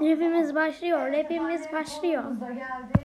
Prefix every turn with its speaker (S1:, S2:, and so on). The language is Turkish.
S1: Rapimiz başlıyor, rapimiz başlıyor.
S2: Konumuz da geldi.